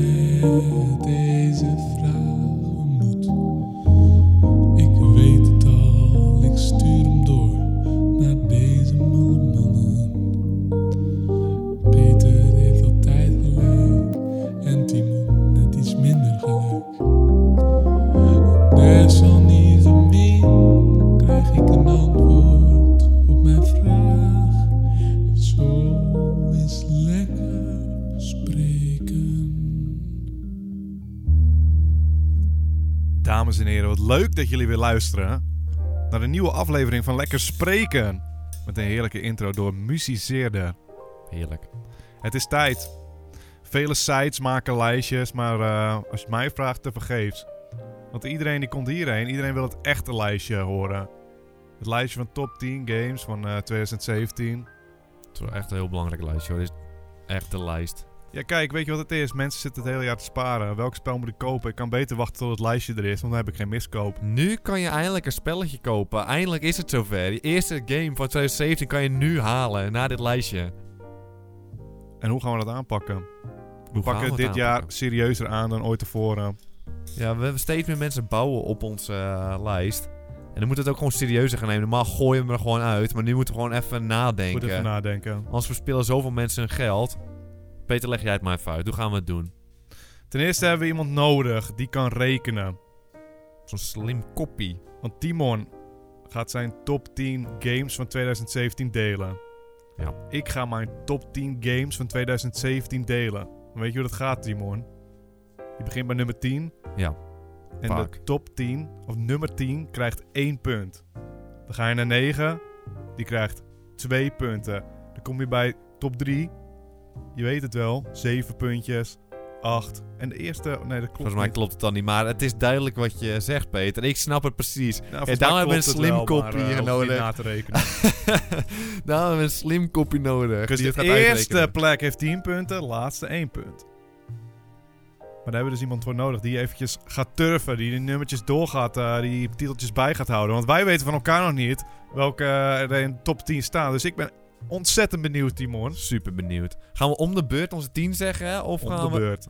je deze vragen moet. Ik weet het al, ik stuur hem door naar deze malle mannen. Peter heeft altijd gelijk en Timon net iets minder gelijk. Desalniettemin krijg ik een antwoord op mijn vraag. Zo is lekker spreken. Dames en heren, wat leuk dat jullie weer luisteren naar een nieuwe aflevering van Lekker Spreken. Met een heerlijke intro door Musiceerder. Heerlijk. Het is tijd. Vele sites maken lijstjes, maar eh, als je het mij vraagt, te vergeefs. Want iedereen die komt hierheen, iedereen wil het echte lijstje horen. Het lijstje van top 10 games van eh, 2017. Het is wel echt een heel belangrijk lijstje hoor. Dit is echt de lijst. Ja, kijk, weet je wat het is? Mensen zitten het hele jaar te sparen. Welk spel moet ik kopen? Ik kan beter wachten tot het lijstje er is, want dan heb ik geen miskoop. Nu kan je eindelijk een spelletje kopen. Eindelijk is het zover. Die eerste game van 2017 kan je nu halen na dit lijstje. En hoe gaan we dat aanpakken? Hoe We pakken het gaan we nou? dit het jaar aanpakken? serieuzer aan dan ooit tevoren. Ja, we hebben steeds meer mensen bouwen op onze eh, lijst. En dan moeten we het ook gewoon serieuzer gaan nemen. Normaal gooien we er gewoon uit. Maar nu moeten we gewoon even Moet even nadenken. nadenken. Anders verspillen zoveel mensen hun geld. Peter, leg jij het maar even uit. Hoe gaan we het doen? Ten eerste hebben we iemand nodig die kan rekenen. Zo'n slim koppie. Want Timon gaat zijn top 10 games van 2017 delen. Ja. Ik ga mijn top 10 games van 2017 delen. En weet je hoe dat gaat, Timon? Je begint bij nummer 10. Ja, En vaak. de top 10, of nummer 10, krijgt 1 punt. Dan ga je naar 9. Die krijgt 2 punten. Dan kom je bij top 3. Je weet het wel. 7 puntjes. 8. En de eerste... oh Nee, dat klopt Volgens mij niet. klopt het dan niet. Maar het is duidelijk wat je zegt, Peter. Ik snap het precies. Nou, Ja, volgens Eh, daarom mij hebben we klopt een het wel, slim kopie maar, eh, hoef je niet nodig. na te rekenen. nou, we hebben een slim kopje nodig. Dus die de het gaat eerste uitrekenen. plek heeft 10 punten, laatste 1 punt. Maar daar hebben we dus iemand voor nodig die eventjes gaat turven, die de nummertjes doorgaat, eh, die titeltjes bij gaat houden. Want wij weten van elkaar nog niet welke eh, er in de top 10 staan. Dus ik ben ontzettend benieuwd, Timon. Super benieuwd. Gaan we om de beurt onze 10 zeggen? Of gaan Op de we. beurt.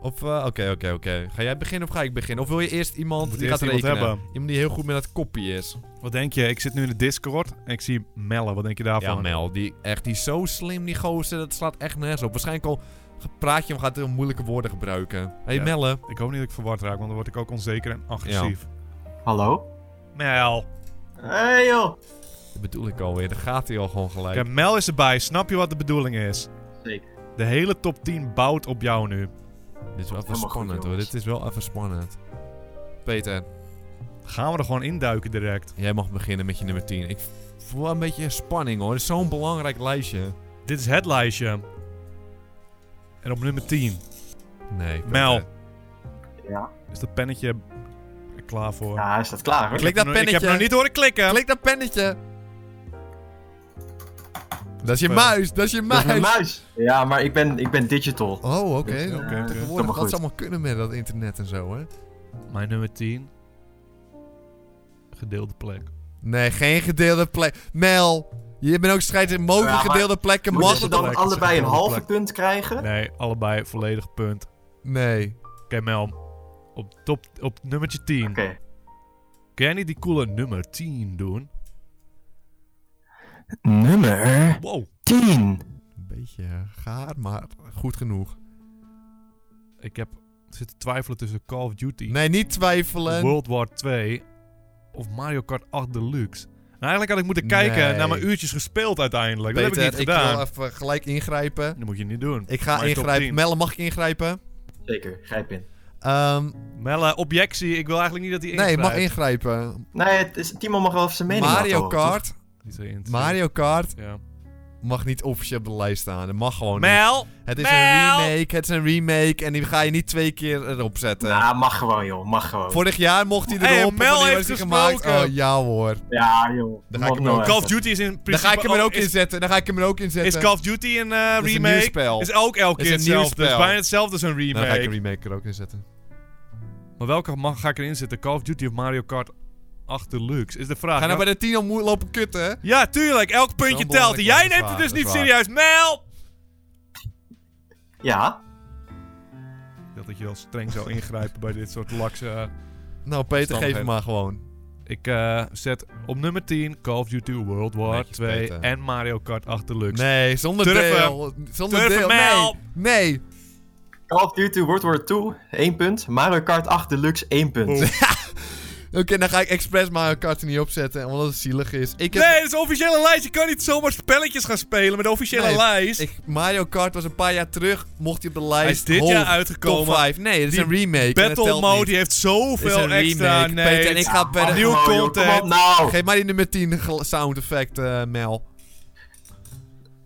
Of, eh, Oké, oké, oké. Ga jij beginnen of ga ik beginnen? Of wil je eerst iemand Moet die eerst gaat iemand rekenen? hebben. Iemand die heel goed met dat kopje is. Wat denk je? Ik zit nu in de Discord en ik zie Melle. Wat denk je Ja, daarvan? Mel. Die, echt, die is zo slim, die gozer. Dat slaat echt nergens op. Waarschijnlijk al praat je hem, gaat heel moeilijke woorden gebruiken. hey, Ja. Melle. Ik hoop niet dat ik verward raak, want dan word ik ook onzeker en agressief. Hallo? Mel. Hey joh! Dat bedoel ik alweer. Daar gaat hij al gewoon gelijk. Kijk, Mel is erbij. Snap je wat de bedoeling is? Zeker. De hele top 10 bouwt op jou nu. Dit is wel even Helemaal goed, spannend hoor. jongens. Dit is wel even spannend. Peter, Gaan we er gewoon induiken direct. jij mag beginnen met je nummer 10. Ik voel een beetje spanning hoor. Het is zo'n belangrijk lijstje. Dit is het lijstje. En op nummer 10 Nee. Peter. Mel. Ja. is dat pennetje er klaar voor. Ja, hij staat klaar hoor. Klik dat Ik heb nog- Ik heb pennetje. nog niet horen klikken. Klik dat pennetje. Dat is je Spel. muis. Dat is je Dat muis. is mijn muis! Ja, maar ik ben, ik ben digital. Oh, oké. Ja, oké. Dan Eh, tegenwoordig Tegenwoordig wat maar ze goed. allemaal kunnen met dat internet en zo hè. Mijn nummer 10. Gedeelde plek. Nee, geen gedeelde plek. Mel. Je bent ook strijd in mogelijke Ja, maar gedeelde plekken. Moeten Mag ze het dan plek, allebei een gedeelde halve plek. punt krijgen? Nee, allebei volledig punt. Oké, Nee. Mel. Op, top, op nummertje 10. Oké. Kun jij niet die coole nummer 10 doen? Nummer Wow. 10. Een beetje gaar, maar goed genoeg. Ik heb zitten twijfelen tussen Call of Duty, Nee, niet twijfelen. World War 2 of Mario Kart 8 Deluxe. Nou, eigenlijk had ik moeten kijken Nee. naar mijn uurtjes gespeeld uiteindelijk. Peter, dat heb ik niet gedaan. wil even gelijk ingrijpen. Dat moet je niet doen. Ik ga Maar top ingrijpen. 10. Melle, mag ik ingrijpen? Zeker, grijp in. Ehm, Melle, objectie. Ik wil eigenlijk niet dat hij nee, mag ingrijpt. ingrijpen. Nee, het is, Timon mag wel even zijn mening Mario laten horen, Kart. Die zou je interessant- Mario Kart Ja. mag niet officieel op de lijst staan. Dat mag gewoon niet. Oh, Mel! Het is Mel! een remake, het is een remake. En die ga je niet twee keer erop toch? zetten. Ja, mag gewoon joh, mag gewoon. Vorig jaar mocht hij erop. Nou. Hey, of Mel wanneer heeft was die gemaakt. gesproken. Oh, ja hoor. Ja joh. Dan ga ik hem Mag ook Call nou of even. Duty is in principe... Dan ga ik hem er ook is, in zetten. Dan ga ik hem er ook in Is zetten. Call of Duty een eh, is een remake? nieuw spel. Is ook elke Is keer een nieuw hetzelfde. Dus spel. bijna hetzelfde als een Nou, remake. Dan ga ik een remake er ook in zetten. Maar welke mag, ga ik erin zitten? Call of Duty of Mario Kart 8 Deluxe? Is de vraag. Ga nou Ja? bij de 10 al moe- lopen kutten, hè? Ja, tuurlijk. Elk puntje belangrijk, telt. Jij dat is neemt het waar, dus dat is niet waar. serieus. Mel! Ja? Heel dacht dat je wel streng zou ingrijpen bij dit soort lakse... eh, Nou, Peter, geef hem Omstandigheden. maar gewoon. Ik eh, zet op nummer 10 Call of Duty World War Netjes, 2 Peter. en Mario Kart 8 Deluxe. Nee, zonder Turven. deel. Zonder Turven deel. mijl. Nee. nee. Call of Duty World War 2, 1 punt. Mario Kart 8 Deluxe, 1 punt. Oké, dan ga ik expres Mario Kart er niet opzetten, omdat het zielig is. Ik heb... Nee, dat is een officiële lijst. Je kan niet zomaar spelletjes gaan spelen met de officiële Nee, lijst. Ik, Mario Kart was een paar jaar terug, mocht hij op de lijst. Hij is dit hoog, jaar Top uitgekomen. 5. Nee, dat is Die een remake. en dat Battle telt Mode niet. die heeft Dit is zoveel een remake. extra. Nee, Peter, en ik ga verder. nieuw Mario, content. Kom op nou! Geef mij die nummer 10 gel- sound effect, eh, Mel.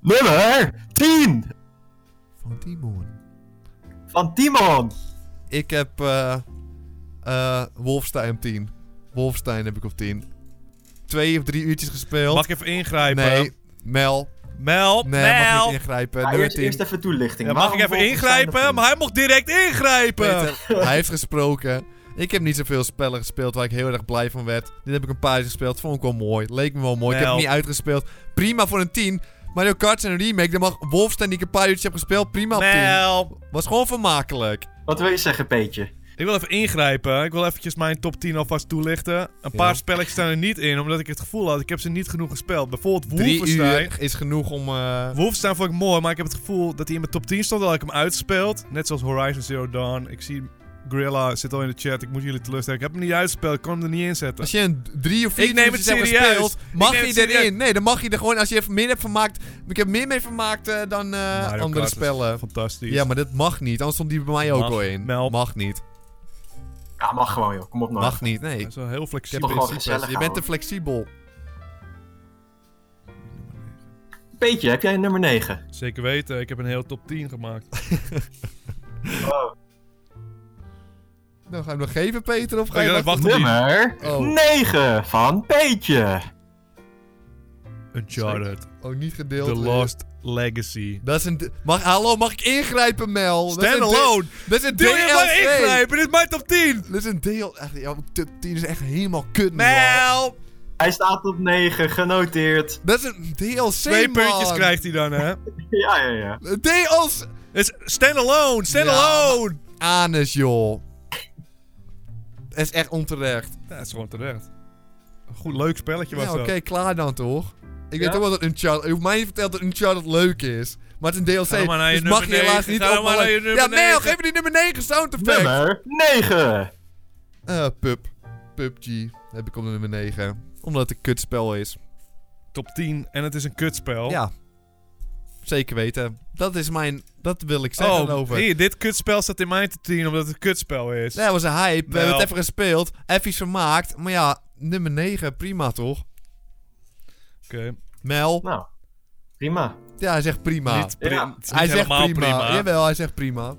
Nummer 10 Van Timon. van Timon. Ik heb eh eh Wolfstein op 10. Wolfstein heb ik op 10. Twee of drie uurtjes gespeeld. Mag ik even ingrijpen? nee, Mel. Mel, Nee, Mel. mag niet ingrijpen. Maar Nummer eerst, 10. eerst even toelichting. Ja, mag ik Waarom even volgens mij ingrijpen? dat Maar hij mocht direct ingrijpen. Peter, hij heeft gesproken. Ik heb niet zoveel spellen gespeeld waar ik heel erg blij van werd. Dit heb ik een paar keer gespeeld. Vond ik wel mooi. Leek me wel mooi. Ik heb Nou. het niet uitgespeeld. Prima voor een 10. Mario Kart zijn een remake. Dan mag Wolfstein die ik een paar uurtjes heb gespeeld. Prima op 10. Mel. Was gewoon vermakelijk. Wat wil je zeggen, Peetje? Ik wil even ingrijpen. Ik wil eventjes mijn top 10 alvast toelichten. Een paar spelletjes staan er niet in, omdat ik het gevoel had, ik heb ze niet genoeg gespeeld. Bijvoorbeeld Drie Wolfenstein. uur is genoeg om... eh, Wolfenstein vond ik mooi, maar ik heb het gevoel dat hij in mijn top 10 stond, dat ik hem uitspeeld. Net zoals Horizon Zero Dawn. Ik zie Gorilla zit al in de chat, ik moet jullie teleurstellen. Ik heb hem niet uitgespeeld, ik kon hem er niet inzetten. als je een drie of vier Ik neem uurtjes het hebt serieus. gespeeld, Ik mag neem je het serieus. erin. Nee, dan mag je er gewoon... Als je er meer hebt vermaakt... Ik heb meer mee vermaakt eh, dan eh, Mario andere Kart is spellen. Fantastisch. Ja, maar dat mag niet. Anders stond die bij mij ook Mag. al in. Mel. Mag niet. Ja, mag gewoon joh. Kom op nou. Mag niet, nee. Hij is wel heel Ik flexibel. heb Toch wel principes. gezellig Je bent te houden. flexibel. Peetje, heb jij een nummer 9? Zeker weten, ik heb een heel top 10 gemaakt. Nou, ga je hem nog geven, Peter? Of ga je Ik nog... wacht op die. Nummer Oh. 9 van Peetje. Uncharted, Oh, niet gedeeld. The weer. Lost Legacy. Dat is een... Mag... Hallo, mag ik ingrijpen, Mel? Dat is een Standalone! D- Dat is een Doe je maar DLC. ingrijpen, dit is mijn top 10! Dat is een deel... Echt, jouw top 10 is echt helemaal kut, nu al. Mel! Hij staat op 9, genoteerd. Dat is een DLC, Twee man. puntjes krijgt hij dan, hè? Ja, ja, ja. Een DLC... Het is standalone, standalone! Anus, joh. Dat is echt onterecht. Ja, dat is gewoon terecht. Een goed leuk spelletje was Ja, dat. oké, klaar dan, toch? Ik Ja? weet ook wel dat Uncharted... Je hoeft mij niet verteld dat Uncharted leuk is. Maar het is een DLC, Ga dan maar naar je dus mag je nummer helaas negen. niet Ga dan maar opvallen. naar je nummer Ja, Mel, negen. geef me die nummer 9 sound effect. Nummer 9. Eh, pub. PUBG heb ik op de nummer 9. Omdat het een kutspel is. Top 10 en het is een kutspel. Ja. Zeker weten. Dat is mijn... Dat wil ik zeggen Oh, over. hier, dit kutspel staat in mijn top 10 omdat het een kutspel is. Nee, dat was een hype. We hebben Wel. het even gespeeld. Even iets vermaakt. Maar ja, nummer 9. Prima toch? Oké. Mel. Nou, prima. Ja, hij zegt Ah. prima. Niet pri- Ja. het is niet hij zegt helemaal prima. Jawel, hij zegt prima.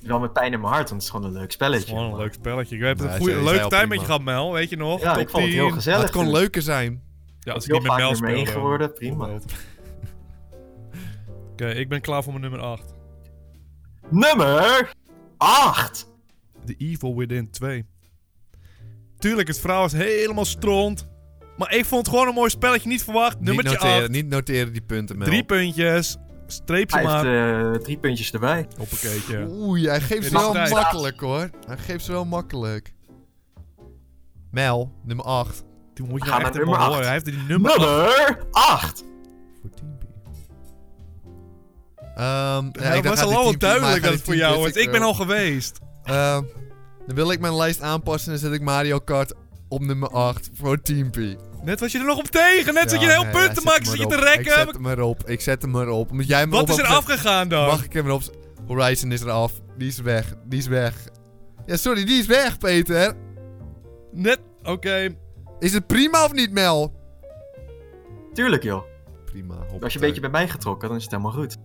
Wel met pijn in mijn hart, want het is gewoon een leuk Het is spelletje. gewoon een leuk spelletje. Ik heb Nee, een hij goede, zei- leuke zei al tijd met je prima. gehad, Mel. Weet je nog? Ja, Top ik vond het heel 10. gezellig. Maar het kon leuker zijn. Ja, als ik Heel niet met vaak Mel nummer één speelde. geworden, prima. Oké, ik ben klaar voor mijn nummer 8. Nummer 8. The Evil Within 2. Tuurlijk, het verhaal is helemaal stront. Maar ik vond het gewoon een mooi spelletje. Niet verwacht. Niet Nummertje 8. noteren, niet noteren die punten, Mel. Drie puntjes. Streep ze Hij heeft maar. eh, drie puntjes erbij. Hoppakeetje. Oei, hij geeft ze Dit is wel tijd. makkelijk hoor. Hij geeft ze wel makkelijk. Mel, nummer 8. Toen moet je nou We gaan echt naar helemaal nummer horen. acht. Hij heeft die nummer... Nummer 8. Voor Ehm ja, het ik was dacht, al gaat wel dit 10 maar hij duidelijk dat gaat dit het voor 10 jou punten was. Ik ben al geweest. Ehm, dan wil ik mijn lijst aanpassen en zet ik Mario Kart op nummer 8 voor Team P. Net Net was je er nog op tegen. Net zat je een heel punt te maken. Zit je te Ik zet rekken. hem erop. Ik zet hem erop. Omdat jij hem Wat erop is er hebt gezet, afgegaan dan? Mag ik hem erop? z- Horizon is eraf. Die is weg. Die is weg. Ja, sorry, die is weg, Peter. Net... Oké. Is het prima of niet, Mel? Tuurlijk joh. Prima. hoppatee. Als je een beetje bij mij getrokken, dan is het helemaal goed.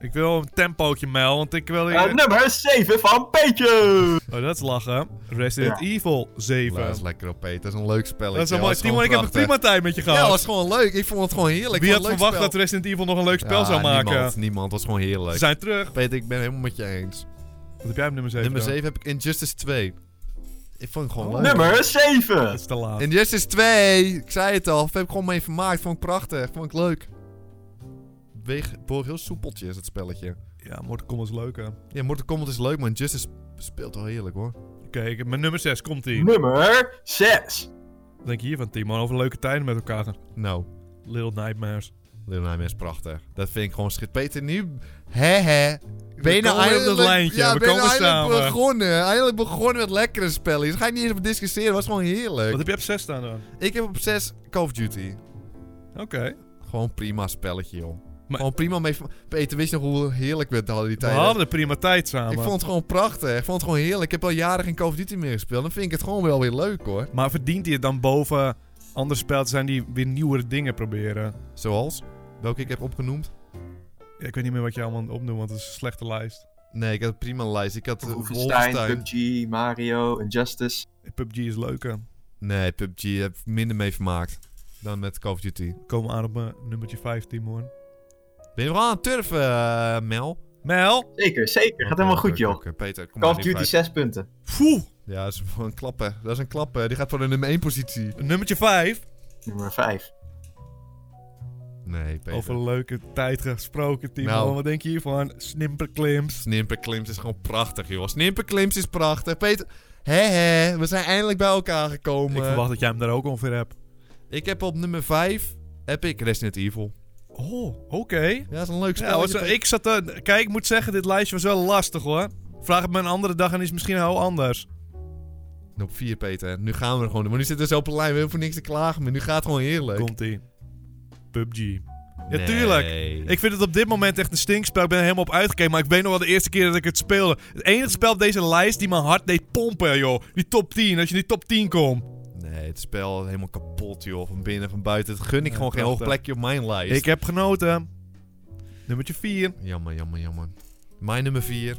Ik wil een tempootje, Mel. Want ik wil... Eh, nummer 7 van Peetje. Oh, dat is lachen. Resident Ja. Evil 7. Dat is lekker op, Peter. Dat is een leuk spelletje. Dat is een hoor. mooi. gewoon Timon, ik heb een prachtig. prima tijd met je Ja, gehad. dat was gewoon leuk. Ik vond het gewoon heerlijk. Wie had Wat een leuk verwacht spel. dat Resident Evil nog een leuk spel Ja, zou maken? Niemand, niemand. Dat was gewoon heerlijk. Ze zijn terug. Peter, ik ben helemaal met je eens. Wat heb jij op nummer 7? Nummer 7 heb ik Injustice 2. Ik vond het Oh. gewoon Oh, leuk. Nummer 7. Dat is te laat. Injustice 2. Ik zei het al. Daar heb ik gewoon mee vermaakt. Vond ik prachtig. Vond ik leuk. Weeg, borg heel soepeltjes, dat spelletje. Ja, Mortal Kombat is leuk, hè. Oké, Ja, Mortal Kombat is leuk, maar Justice speelt wel heerlijk hoor. ik heb mijn nummer 6 komt hier. Nummer 6. Wat denk je hiervan, Team? Man, over leuke tijden met elkaar. Nou, Little Nightmares. Little Nightmares is prachtig. Dat vind ik gewoon schit. Peter, nu... Hè hè. Ben je nou komen op dat eindelijk, lijntje, ja, we ben je nou komen eindelijk samen. begonnen? Eindelijk begonnen met lekkere spelletjes. Ga je niet eens op discussiëren, was gewoon heerlijk. Wat heb je op 6 staan dan? Ik heb op 6 Call of Duty. Oké. Gewoon prima spelletje, joh. Maar- Gewoon prima mee... Peter, wist je nog hoe heerlijk we het hadden die We tijd? hadden een prima tijd samen. Ik vond het gewoon prachtig. Ik vond het gewoon heerlijk. Ik heb al jaren geen Call of Duty meer gespeeld. Dan vind ik het gewoon wel weer leuk, hoor. Maar verdient hij het dan boven andere spel te zijn die weer nieuwere dingen proberen? Zoals? Welke ik heb opgenoemd? Ja, ik weet niet meer wat je allemaal opnoemt, want het is een slechte lijst. Nee, ik had een prima lijst. Ik had eh, Wolfenstein, Wolfenstein. PUBG, Mario, Injustice. PUBG is leuker. Nee, PUBG heb ik minder mee vermaakt dan met Call of Duty. We komen aan op mijn nummertje 5, Timon. Ben je nog aan het turven, eh, Mel? Mel! Zeker, zeker. Gaat helemaal goed, joh. Oké, Peter, kom Call maar die of Duty vijf. 6 punten. Foe! Ja, dat is voor een klapper. Dat is een klapper. Die gaat voor de nummer 1 positie. Nummertje 5. Nummer 5. Nee, Peter. Over leuke tijd gesproken, Timon. Nou. Wat denk je hiervan? Snimperklims. Snimperklims is gewoon prachtig, joh. Snimperklims is prachtig. Peter, hè hè, we zijn eindelijk bij elkaar gekomen. Ik verwacht dat jij hem daar ook ongeveer hebt. Ik heb op nummer 5, heb ik Resident Evil. Oh, oké. Ja, dat is een leuk Ja, spel. was, ik zat eh, Kijk, ik moet zeggen, dit lijstje was wel lastig hoor. Vraag het me een andere dag en is misschien heel anders. Op 4, Peter. Nu gaan we er gewoon. Maar nu zitten we zo op een lijn. We hebben voor niks te klagen meer. Nu gaat het gewoon heerlijk. Komt ie. PUBG. Ja, tuurlijk. Ik vind het op dit moment echt een stinkspel. Ik ben er helemaal op uitgekeken. Maar ik weet nog wel de eerste keer dat ik het speelde. Het enige spel op deze lijst die mijn hart deed pompen, joh. Die top 10. Als je in die top 10 komt. Nee, het spel is helemaal kapot, joh. Van binnen, van buiten. Het gun ik Ja, gewoon geen hoog prachtig. plekje op mijn lijst. Ik heb genoten. Nummertje 4. Jammer, jammer, jammer. Mijn nummer 4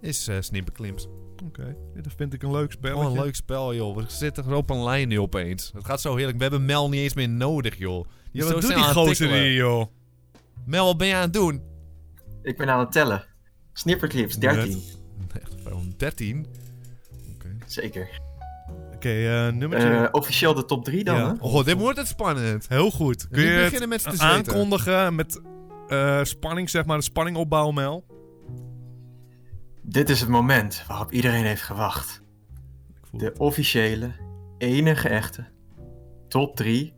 is eh Snipperklims. Oké, dat vind ik een leuk spel. Gewoon Oh, een leuk spel, joh. We zitten gewoon op een lijn nu opeens. Het gaat zo heerlijk. We hebben Mel niet eens meer nodig, joh. Die Ja, wat is zo doet snel die aan het gozer tikkelen. hier, joh? Mel, wat ben je aan het doen? Ik ben aan het tellen. Snipperclips, 13. Echt, gewoon 13. Oké. Zeker. Oké, eh, nummertje... Eh, officieel de top 3 dan, Ja. hè? Oh, dit wordt het spannend. heel goed. Kun Nu je het beginnen mensen te zweten. aankondigen met eh, spanning, zeg maar. De spanning opbouwen, Mel. Dit is het moment waarop iedereen heeft gewacht. Ik voel De officiële, enige echte, top 3,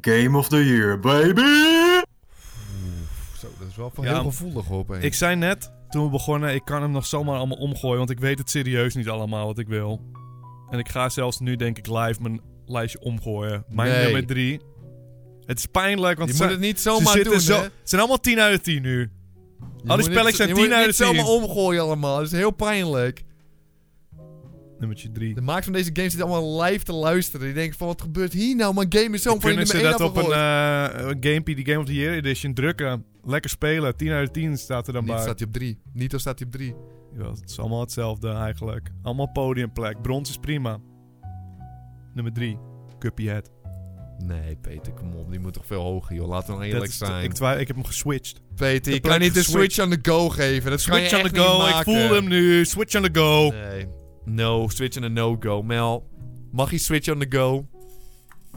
Game of the Year, baby! Zo, dat is wel Ja, heel gevoelig hoor, opeens. Ik zei net, toen we begonnen, ik kan hem nog zomaar allemaal omgooien. Want ik weet het serieus niet allemaal wat ik wil. En ik ga zelfs nu, denk ik, live mijn lijstje omgooien. Mijn Nee. nummer drie. Het is pijnlijk, je want moet ze, het niet ze zomaar zitten doen, zo... hè? Het zijn allemaal 10 uit de 10 nu. Je Al die moet spelletjes niet- zijn je moet 10 uit niet de 10. zomaar omgooien allemaal. Dat is heel pijnlijk. Nummertje drie. De maak van deze game zit allemaal live te luisteren. Die denken van, wat gebeurt hier nou? Mijn game is zo van je Kunnen nummer ze 1 dat op een afgegooid. eh, een gamepie, die Game of the Year Edition, drukken? Lekker spelen. 10 uit de 10 staat er dan Niet bij. staat hij op 3. Niet al staat hij op 3. Jawel, het is allemaal hetzelfde eigenlijk. Allemaal podiumplek. Brons is prima. Nummer drie. Cuphead. Nee, Peter, kom op. Die moet toch veel hoger, joh. Laten we nou Dat eerlijk is te- zijn. ik, twi- ik heb hem geswitcht. Peter, je heb kan niet de geswitcht. Switch aan de go geven. Dat kan je Switch on echt the go. niet Ik maken. voel hem nu. Switch on the go. Nee. No, Switch aan de no-go. Mel, mag je Switch on the go?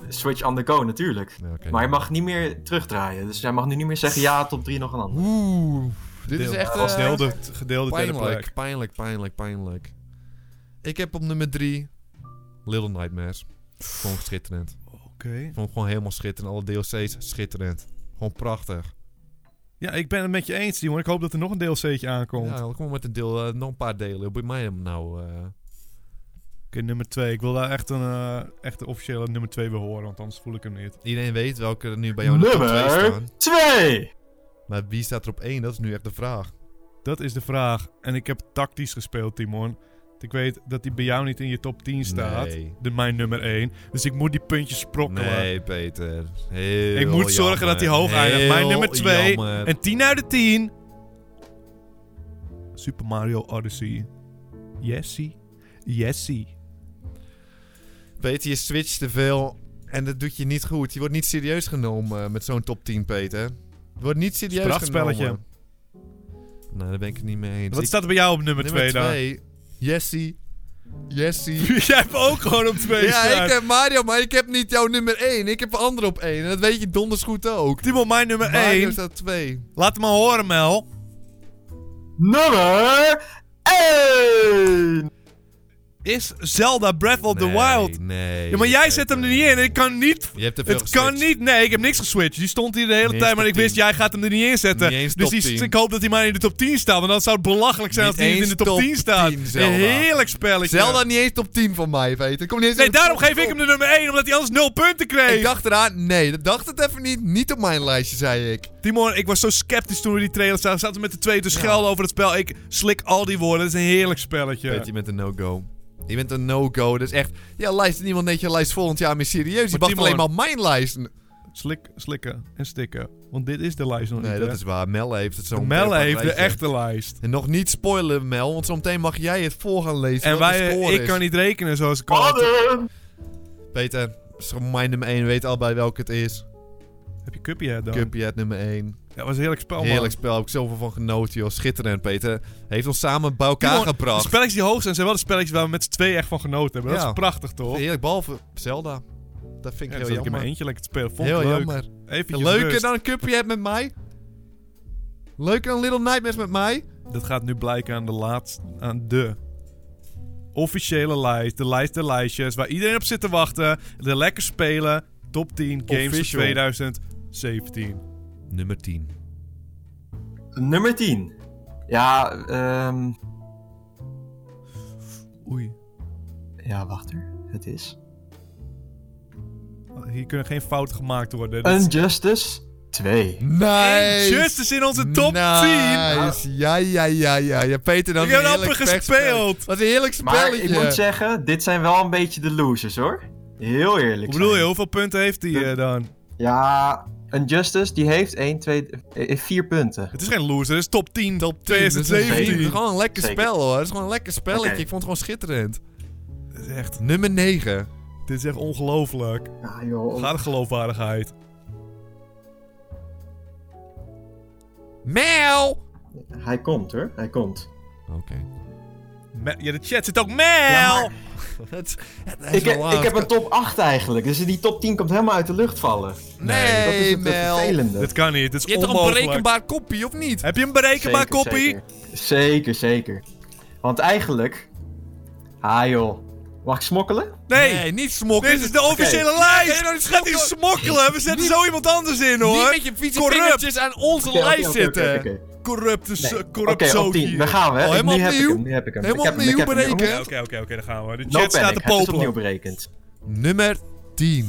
Switch on the go natuurlijk. Nee, oké. Maar hij mag niet meer terugdraaien, dus hij mag nu niet meer zeggen ja, top 3 nog een ander. Oeh. Dit is Deel- echt... eh, gedeelde, gedeelde derde pijnlijk, plek. pijnlijk, pijnlijk, pijnlijk. Ik heb op nummer 3... Little Nightmares. Gewoon schitterend. Oké. Ik vond het gewoon helemaal schitterend. Alle DLC's schitterend. Gewoon prachtig. Ja, ik ben het met je eens, Timon. Ik hoop dat er nog een DLC'tje aankomt. Ja, dan kom ik met een deel, eh, nog een paar delen. Hoe boeit mij hem nou? eh? Oké, nummer twee. Ik wil daar echt een eh, echt de officiële nummer twee weer horen, want anders voel ik hem niet. Iedereen weet welke er nu bij jou in de top Nummer 2 staan. 2! Maar wie staat er op 1? Dat is nu echt de vraag. Dat is de vraag. En ik heb tactisch gespeeld, Timon. Want Ik weet dat die bij jou niet in je top 10 staat. Nee, De, mijn nummer 1. Dus ik moet die puntjes sprokkelen. nee Peter. Heel Ik moet zorgen jammer. dat hij hoog eindigt. Mijn Heel nummer twee. jammer. En 10 uit de 10. Super Mario Odyssey. Yesie. Yesie. Peter, je switcht te veel. En dat doet je niet goed. Je wordt niet serieus genomen eh, met zo'n top 10, Peter. Je wordt niet serieus Het is een prachtspelletje. genomen. Nou, daar ben ik het niet mee eens. Wat Ik- staat er bij jou op nummer nummer 2 dan? 2. Jessie. Jessie. Jij hebt ook gewoon op 2 Ja, staan. ik heb Mario, maar ik heb niet jouw nummer 1. Ik heb een ander op 1. En dat weet je donders goed ook. Timon, mijn nummer Mario 1. staat 2. Laat het maar horen, Mel. nummer 1! Is Zelda Breath of the Nee, Wild. Nee. Ja, maar jij zet hem er niet in. Ik kan niet. Je hebt er veel Het kan geswitcht. niet. Nee, ik heb niks geswitcht. Die stond hier de hele Niet tijd, eens maar ik top wist, 10. jij gaat hem er niet in zetten. Niet eens dus die- top 10. ik hoop dat hij maar in de top 10 staat. Want dan zou het belachelijk zijn Niet als hij niet in de eens top, top 10 staat. 10 Een Zelda. heerlijk spelletje. Zelda niet eens top 10 van mij, Peter. Kom niet eens Nee, in de daarom top geef ik hem de nummer 1, omdat hij anders 0 punten kreeg. Ik dacht eraan, nee, dat dacht het even niet. Niet op mijn lijstje, zei ik. Timon, ik was zo sceptisch toen we die trailer zagen. Zaten we met de twee te schelden over het spel. Ik slik al die woorden. Het is een heerlijk spelletje. Peter, je bent een no-go. Je bent een no-go. Dat is echt... Ja, lijst niemand neemt je lijst volgend jaar meer serieus. Je Maar wacht Timon- alleen maar op mijn lijst. Nee, Slik, slikken en stikken. Want dit is de lijst nog niet. dat hè? is waar. Mel heeft het zo De meteen op Mel haar heeft de lijstje. echte lijst. En nog niet spoilen, Mel, want zometeen mag jij het voor gaan lezen. En wat de wij, score eh, ik is. kan niet rekenen zoals ik al had. Pardon! Peter, dat is gewoon mijn nummer 1. Weet al bij welke het is. Heb je Cuphead dan? Cuphead nummer 1. Ja, dat was een heerlijk spel, man. Heerlijk spel. Heb ik zoveel van genoten, joh. Schitterend, Peter. Heeft ons samen bij elkaar Timon, De gebracht. spelletjes die hoog zijn, zijn wel de spelletjes waar we met z'n twee echt van genoten hebben. Dat Ja. is prachtig, toch? Ja, Heerlijk, behalve Zelda. Dat vind ik dan heel zat ik in mijn jammer. eentje lekker te spelen. Vond ik Heel leuk. jammer. Eventjes Leuker rust. dan een Cuphead met mij? Leuker dan Little Nightmares met mij? Dat gaat nu blijken aan de laatste, aan de officiële lijst, de lijst der lijstjes, waar iedereen op zit te wachten. De lekker spelen, top 10 games van Official. 2017. Nummer 10. Nummer 10. Ja, ehm... Oei, Ja, wacht er. Het is... hier kunnen geen fouten gemaakt worden. Dit is Unjustice 2. Nice! Justice in onze top 10! nice. Ja, ja, ja, ja. ja. Peter, dan Ik heb een amper heerlijk gespeeld. vechtspel. Wat een heerlijk Maar spelletje. ik moet zeggen, dit zijn wel een beetje de losers hoor. Heel eerlijk. Hoe bedoel je, zijn. hoeveel punten heeft hij eh, dan? Ja, Unjustice die heeft 1, 2, 4 punten. Het is geen loser, het is top 10. Top Het is 2017. gewoon een lekker Zeker. spel hoor. Het is gewoon een lekker spelletje. Oké. Ik vond het gewoon schitterend. Dit is echt, Nummer 9. dit is echt ongelooflijk. Ja, joh. Gaat de geloofwaardigheid. Mel! Hij komt hoor, hij komt. Oké. Me- ja, de chat zit ook Mel! Ja, maar Het- het is ik, wel heb, ik laat. heb een top 8 eigenlijk, dus die top 10 komt helemaal uit de lucht vallen. Nee, dat is het Mel. vervelende. Dit kan niet, dit is Je hebt toch een onmogelijk. berekenbaar kopie, of niet? Heb je een berekenbaar Zeker, kopie? Zeker. zeker, zeker. Want eigenlijk... Ah joh. Mag ik smokkelen? Nee. niet smokken. Dit is de officiële lijst! Nee, nou, die Gaat die smokkelen? We zetten zo iemand anders in hoor! Niet met je vieze Corrupt. vingertjes aan onze Oké, oké, lijst oké, zitten. oké, oké. Corrupte, zo- Nee. corrupt Oké, op zootje. 10. Daar gaan we. Oh, Ik- helemaal nu heb ik opnieuw? hem, nu heb ik hem. Helemaal ik heb hem, ik heb opnieuw hem. berekend? Oké, oké, oké, daar gaan we. De No chat staat panic, te het is opnieuw popelen. berekend. Nummer 10.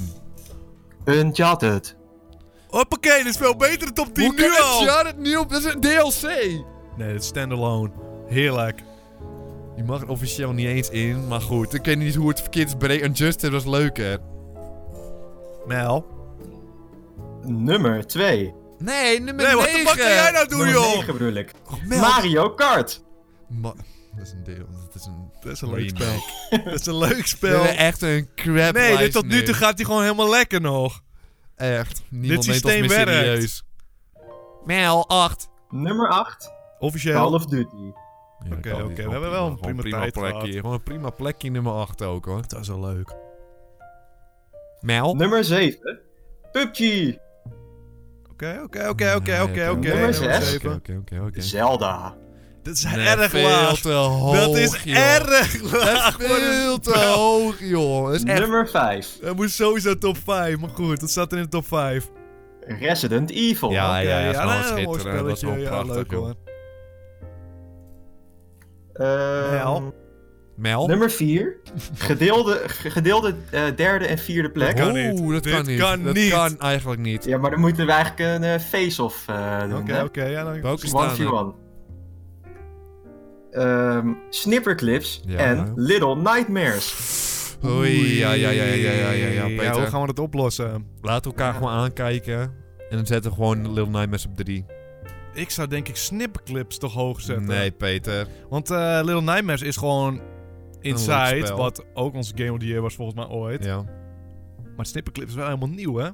Uncharted. Hoppakee, dit is veel beter de top 10 Hoe kan nu al! het Jared niet op? Dat is een DLC. Nee, dit is standalone. Heerlijk. Je mag er officieel niet eens in, maar goed. Ik weet niet hoe het verkeerd is berekend. Unjustice was leuker. Mel. Nummer 2. Nee, nummer Nee, wat de 9. fuck ga jij nou doen Nummer joh? 9 bedoel ik. Mel. Mario Kart. Ma- dat is een deel. Dat is een... Dat is een leuk Remake. spel. Dat is een leuk We spel. hebben echt een crap Nee, dit lijst tot nu toe gaat hij gewoon helemaal lekker nog. Echt. Niemand Dit neemt ons systeem meer werkt. serieus. Mel, 8. Nummer 8. Call Officieel. of Duty. Ja, Oké, kan oké, niet. we Gewoon hebben wel een Gewoon prima tijd plekje. gehad. Gewoon een prima plekje nummer 8 ook hoor. Dat is wel leuk. Mel? Nummer 7. PUBG. Oké, oké, oké, oké, Ja, oké, oké. Nummer zes. zeven. Oké, oké, oké, oké. Zelda. Dat is Nee, erg veel laag. te hoog, Dat is joh. erg Dat laag. is voor een veel te spel. hoog, joh. Dat is Dus echt... Nummer 5. Hij moet sowieso top 5. Maar goed, dat staat er in de top 5. Resident Evil. Ah, Ja, ja, ja. Dat is nou, gewoon een mooi schitterend. Dat is gewoon spelletje. Ja, prachtig, leuk, joh. Ehm, Mel. Mel? nummer 4. Gedeelde, ge- gedeelde eh, derde en vierde plek. kan Oeh, niet. dat Dit kan niet. kan dat niet. kan eigenlijk niet. Ja, maar dan moeten we eigenlijk een eh, face-off eh, doen. Oké, hè? oké. ja, nou- dan- Welke One staan v er? one. Ehm, Snipperclips Ja. en Little Nightmares. Oei, ja, ja, ja, ja, ja, ja, ja, Peter. hoe gaan we dat oplossen? Laat elkaar gewoon aankijken. En dan zetten we gewoon Little Nightmares op 3. Ik zou denk ik snipclips toch hoog zetten. Nee, Peter. Want eh, Little Nightmares is gewoon Een leuk Inside, spel. wat ook onze Game of the Year was volgens mij ooit. Ja. Maar Snipperclips is wel helemaal nieuw, hè?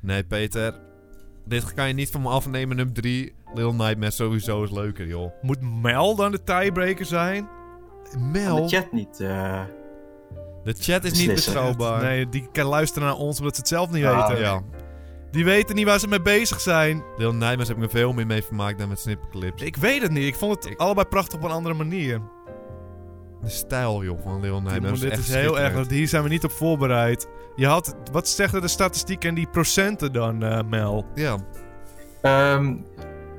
Nee, Peter. Dit kan je niet van me afnemen, nummer 3. Little Nightmares sowieso is leuker, joh. Moet Mel dan de tiebreaker zijn? Mel? Ah, De chat niet. eh, De chat is niet Beslissen. betrouwbaar. Nee, die kan luisteren naar ons omdat ze het zelf niet Ja. weten. Ja. Die weten niet waar ze mee bezig zijn. Lil Nijmers heb ik me veel meer mee vermaakt dan met snipclips. Ik weet het niet. Ik vond het allebei prachtig op een andere manier. De stijl, joh, van Lil Timon, Nijmers. dit echt is heel erg. schitterend. want Hier zijn we niet op voorbereid. Je had, wat zeggen de statistieken en die procenten dan, eh, Mel? Ja, Ehm,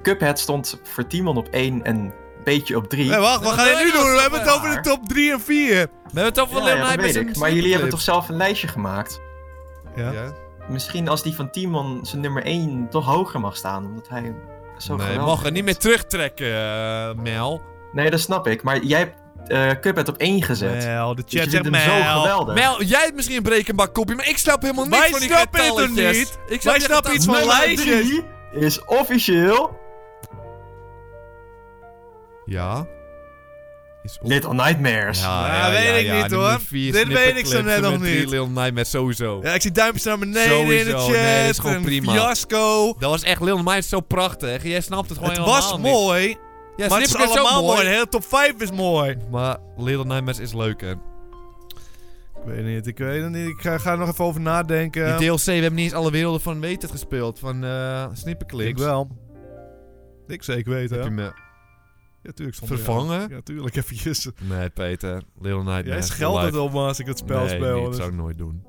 Cuphead stond voor Timon op 1 en een beetje op 3. Hé, wacht, wat wat gaan wil we je nu nou doen? We hebben het over zeggen? de top 3 en 4. We hebben het over ja, ja, dat weet ik. Maar jullie hebben toch zelf een lijstje gemaakt? Ja. Misschien als die van Timon zijn nummer 1 toch hoger mag staan, omdat hij zo nee, geweldig mag er is. niet meer terugtrekken, eh, Mel. Nee, dat snap ik. Maar jij hebt eh, Cuphead op 1 gezet. Mel, de dus chat je vindt zegt hem zo Mel. geweldig. Mel, jij hebt misschien een brekenbak kopje, maar ik snap helemaal niks Wij van die snappen het toch getalletjes. niet? Ik Wij die snappen iets getallen- van Nummer lijstjes. 3 is officieel Ja. Is op- Little Nightmares. Ja, weet ik niet, nummer hoor. vier, Dit weet ik zo snipperclips, net nog nummer drie, niet. Lil Nijmers sowieso. Ja, ik zie duimpjes naar beneden in de Sowieso, chat. nee, dat is gewoon een prima. fiasco. Dat was echt Lil Nijmers zo prachtig. Jij snapt het gewoon Het helemaal was niet. mooi, Ja, maar het is snipperclips ook allemaal mooi. De hele top 5 is mooi. Maar Lil Nijmers is leuker. Ik weet het niet, ik weet het niet. Ik ga, ga er nog even over nadenken. Die DLC, we hebben niet eens alle werelden van Weten gespeeld. Van eh Snipperclips. Ik wel. Ik zeker weten. Heb je hè. me Ja, tuurlijk. zonder jou. vervangen? Ja, tuurlijk, eventjes. Nee, Peter. Lil Nightmares. Jij scheldt het op me als ik het spel nee, speel. Nee, dat dus- zou ik nooit doen.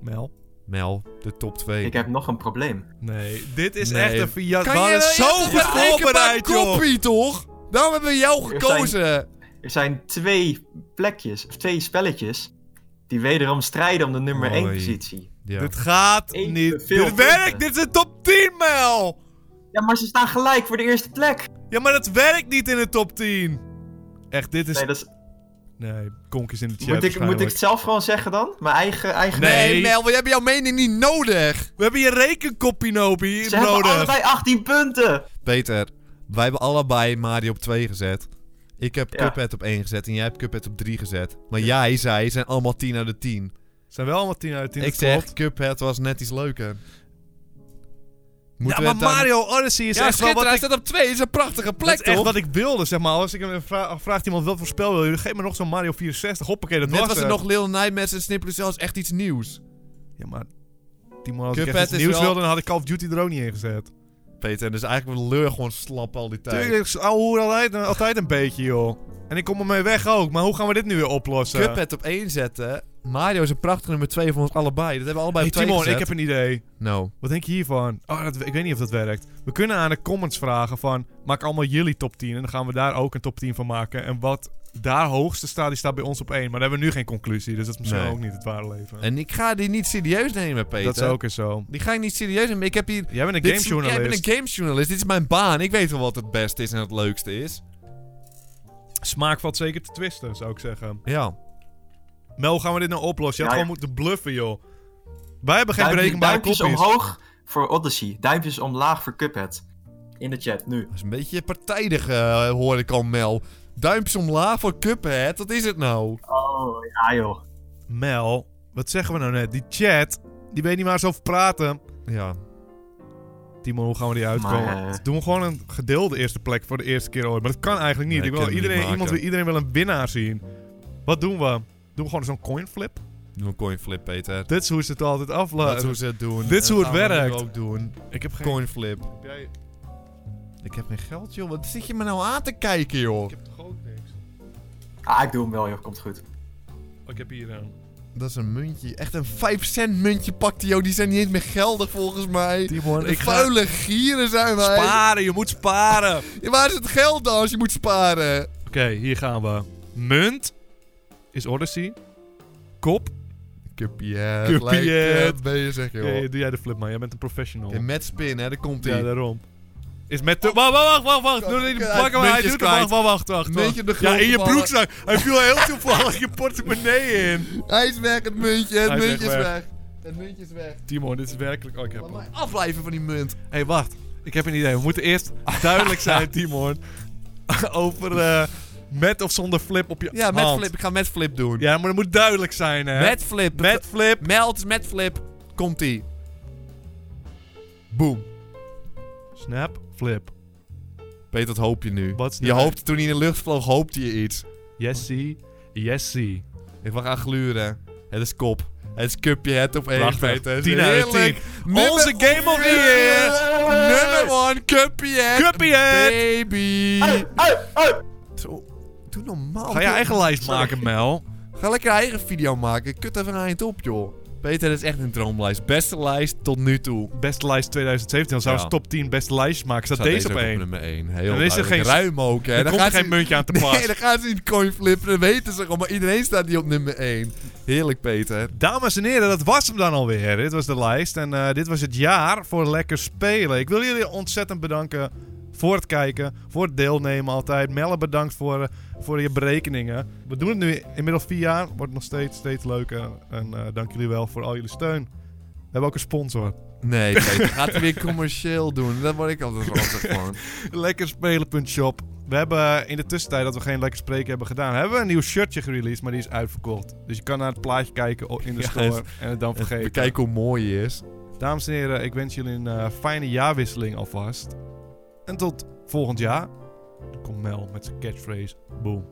Mel. Mel, de top 2. Ik heb nog een probleem. Nee, dit is Nee. echt een fiasco. Kan We je waren zo goed voorbereid, joh. kopie, toch? Daarom hebben we jou Er gekozen. Er zijn twee plekjes, of twee spelletjes, die wederom strijden om de nummer 1 Oei. positie. Ja. Dit gaat Eén te niet. veel Dit werkt, punten. dit is de top 10, Mel. Ja, maar ze staan gelijk voor de eerste plek. Ja, maar dat werkt niet in de top 10. Echt, dit is... Nee, dat is- Nee, konkjes in de chat moet, ik, moet ik waarschijnlijk. het zelf gewoon zeggen dan? Mijn eigen... eigen Nee, Nee, Mel, we hebben jouw mening niet nodig. We hebben je rekenkoppie nodig hier Ze hebben nodig. allebei 18 punten. Peter, wij hebben allebei Mario op 2 gezet. Ik heb Ja. Cuphead op 1 gezet en jij hebt Cuphead op 3 gezet. Maar jij zei, zijn allemaal 10 uit de 10. Zijn wel allemaal 10 uit 10. dat Ik klopt. zeg, Cuphead was net iets leuker. Ja, Moeten we maar het dan- Mario Odyssey is Ja, echt wel schitterend. wat Hij ik staat op 2. is een prachtige plek, Dat is echt toch? wat ik wilde, zeg maar. Als ik hem vraag, vraagt iemand wat voor spel wil je, geef me nog zo'n Mario 64. Hoppakee, dat Net was was het nog Lil Nightmares en Snipper zelfs echt iets nieuws. Ja, maar... Timo, als ik Cuphead echt iets is nieuws wel- wilde, dan had ik Call of Duty er ook niet in gezet. Peter, dus eigenlijk wordt Leur gewoon slap al die tijd. Tuurlijk, ik ouwe hoer altijd, altijd een beetje, joh. En ik kom ermee weg ook, maar hoe gaan we dit nu weer oplossen? Dus, eh, Cuphead op 1 zetten. Mario is een prachtige nummer 2 voor ons allebei. Dat hebben we allebei Hey, op 2 Timon, gezet. Nou, ik heb een idee. No. Wat denk je hiervan? Oh, dat, ik weet niet of dat werkt. We kunnen aan de comments vragen van... Maak allemaal jullie top 10 en dan gaan we daar ook een top 10 van maken. En wat daar hoogste staat, die staat bij ons op 1. Maar daar hebben we nu geen conclusie, dus dat is misschien Nee. ook niet het ware leven. En ik ga die niet serieus nemen, Peter. dat is ook eens zo. Die ga ik niet serieus nemen. Ik heb hier... Jij bent een dit is- gamejournalist. Ja, ik ben een gamejournalist. Dit is mijn baan. Ik weet wel wat het beste is en het leukste is. Smaak valt zeker te twisten, zou ik zeggen. Ja. Mel, hoe gaan we dit nou oplossen? Je had Ja, gewoon moeten bluffen, joh. Wij hebben geen Duimpje- berekenbare duimpjes kopjes. omhoog voor Odyssey. Duimpjes omlaag voor Cuphead. In de chat, nu. Dat is een beetje partijdig, eh, hoor ik al, Mel. Duimpjes omlaag voor Cuphead. Wat is het nou? Oh, ja joh. Mel, wat zeggen we nou net? Die chat, die weet niet waar ze over praten. Ja. Timo, hoe gaan we die uitkomen? Maar, eh, Doen we gewoon een gedeelde eerste plek voor de eerste keer ooit. Maar dat kan eigenlijk niet. Nee, ik wil kunnen we iedereen, niet iemand, wil- maken. iedereen wil een winnaar zien. Wat doen we? Doen we gewoon zo'n coinflip? Doe een coinflip, Peter. Dit is hoe ze het altijd Dat eh, is hoe aflaten. ze het doen. dit is hoe En het gaan we nu werkt. ook doen. Ik heb geen... Coinflip. Heb jij- Ik heb geen geld, joh. Wat zit je me nou aan te kijken, joh? Ik heb toch ook niks? Ah, ik doe hem wel joh, komt goed. Oh, ik heb hier een... Dat is een muntje. Echt een 5 cent muntje pakt hij, joh. Die zijn niet eens meer geldig, volgens mij. Timo, De vuile gieren zijn wij. Sparen, je moet sparen. Ja, waar is het geld dan als je moet sparen? Oké, hier gaan we. Munt is Odyssey. Kop. Cuphead. Cuphead. Lijkt, eh, bezig, joh. Oké, doe jij de flip maar, jij bent een professional. Oké, met spin, hè. Daar komt ja, hij. daarom. Is met de... Wacht, wacht, wacht, wacht. Zo, Doe niet kijk, pakken, maar hij muntjes doet hem. Wacht, kwijt. wacht, wacht, wacht. Muntje op de wacht. Ja, grond in je gevallen. broekzak. Hij viel heel toevallig je portemonnee in. Hij is weg, het muntje. Het Hij is muntje is echt weg. weg. Het muntje is weg. Timo, dit is werkelijk... Oh, ik heb Laat hem. mij afblijven van die munt. hey, wacht. Ik heb een idee. We moeten eerst duidelijk zijn, Timo. over eh, met of zonder flip op je Ja, met hand. flip. Ik ga met flip doen. Ja, maar dat moet duidelijk zijn, hè. Met flip. Met flip. Meld met flip. Komt ie. Boom. Snap, flip. Peter, dat hoop je nu. Wat is nou? je dit? hoopte toen hij in de lucht vloog, hoopte je iets. Yes, see. Yes, see. Ik wil gaan gluren. Het is kop. Het is Cuphead op 1, Prachtig. Peter. Het is 10 uit de heerlijk. 10. Onze Game of the Year. Number 1, Cuphead. Cuphead. Baby. Au, au. Zo, doe normaal. Ah. Ga je Doe- eigen lijst maken, Mel. Ga lekker een eigen video maken. Kut even een eind op, joh. Peter, dat is echt een droomlijst. Beste lijst tot nu toe. Beste lijst 2017. Dan zouden ze Ja. top 10 beste lijstjes maken. Staat Staat deze op één. nummer 1. Heel Dan is er duidelijk. geen- ruim ook, hè. Er Dan komt gaat geen ze- muntje aan te pas. Nee, dan gaan ze niet coin flippen. Dan weten ze gewoon. Maar iedereen staat die op nummer 1. Heerlijk, Peter. Dames en heren, dat was hem dan alweer. Dit was de lijst. En eh, dit was het jaar voor lekker spelen. Ik wil jullie ontzettend bedanken voor het kijken, voor het deelnemen altijd. Melle, bedankt voor, eh, voor je berekeningen. We doen het nu inmiddels vier jaar. Wordt nog steeds, steeds leuker. En eh, dank jullie wel voor al jullie steun. We hebben ook een sponsor. Nee, Peter. Gaat hij weer commercieel doen. Daar word ik altijd lastig van. Lekkerspelen.shop. We hebben eh, in de tussentijd dat we geen lekker spreken hebben gedaan, hebben we een nieuw shirtje gereleased, maar die is uitverkocht. Dus je kan naar het plaatje kijken o- in de Ja, store en het dan vergeten. Bekijk hoe mooi hij is. Dames en heren, ik wens jullie een eh, fijne jaarwisseling alvast. En tot volgend jaar. Dan komt Mel met zijn catchphrase. Boom.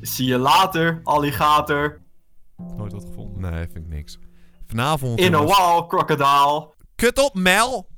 See je later, alligator. Nooit wat gevonden. Nee, vind ik niks. Vanavond. In a jongens. wall, crocodile. Kut op, Mel!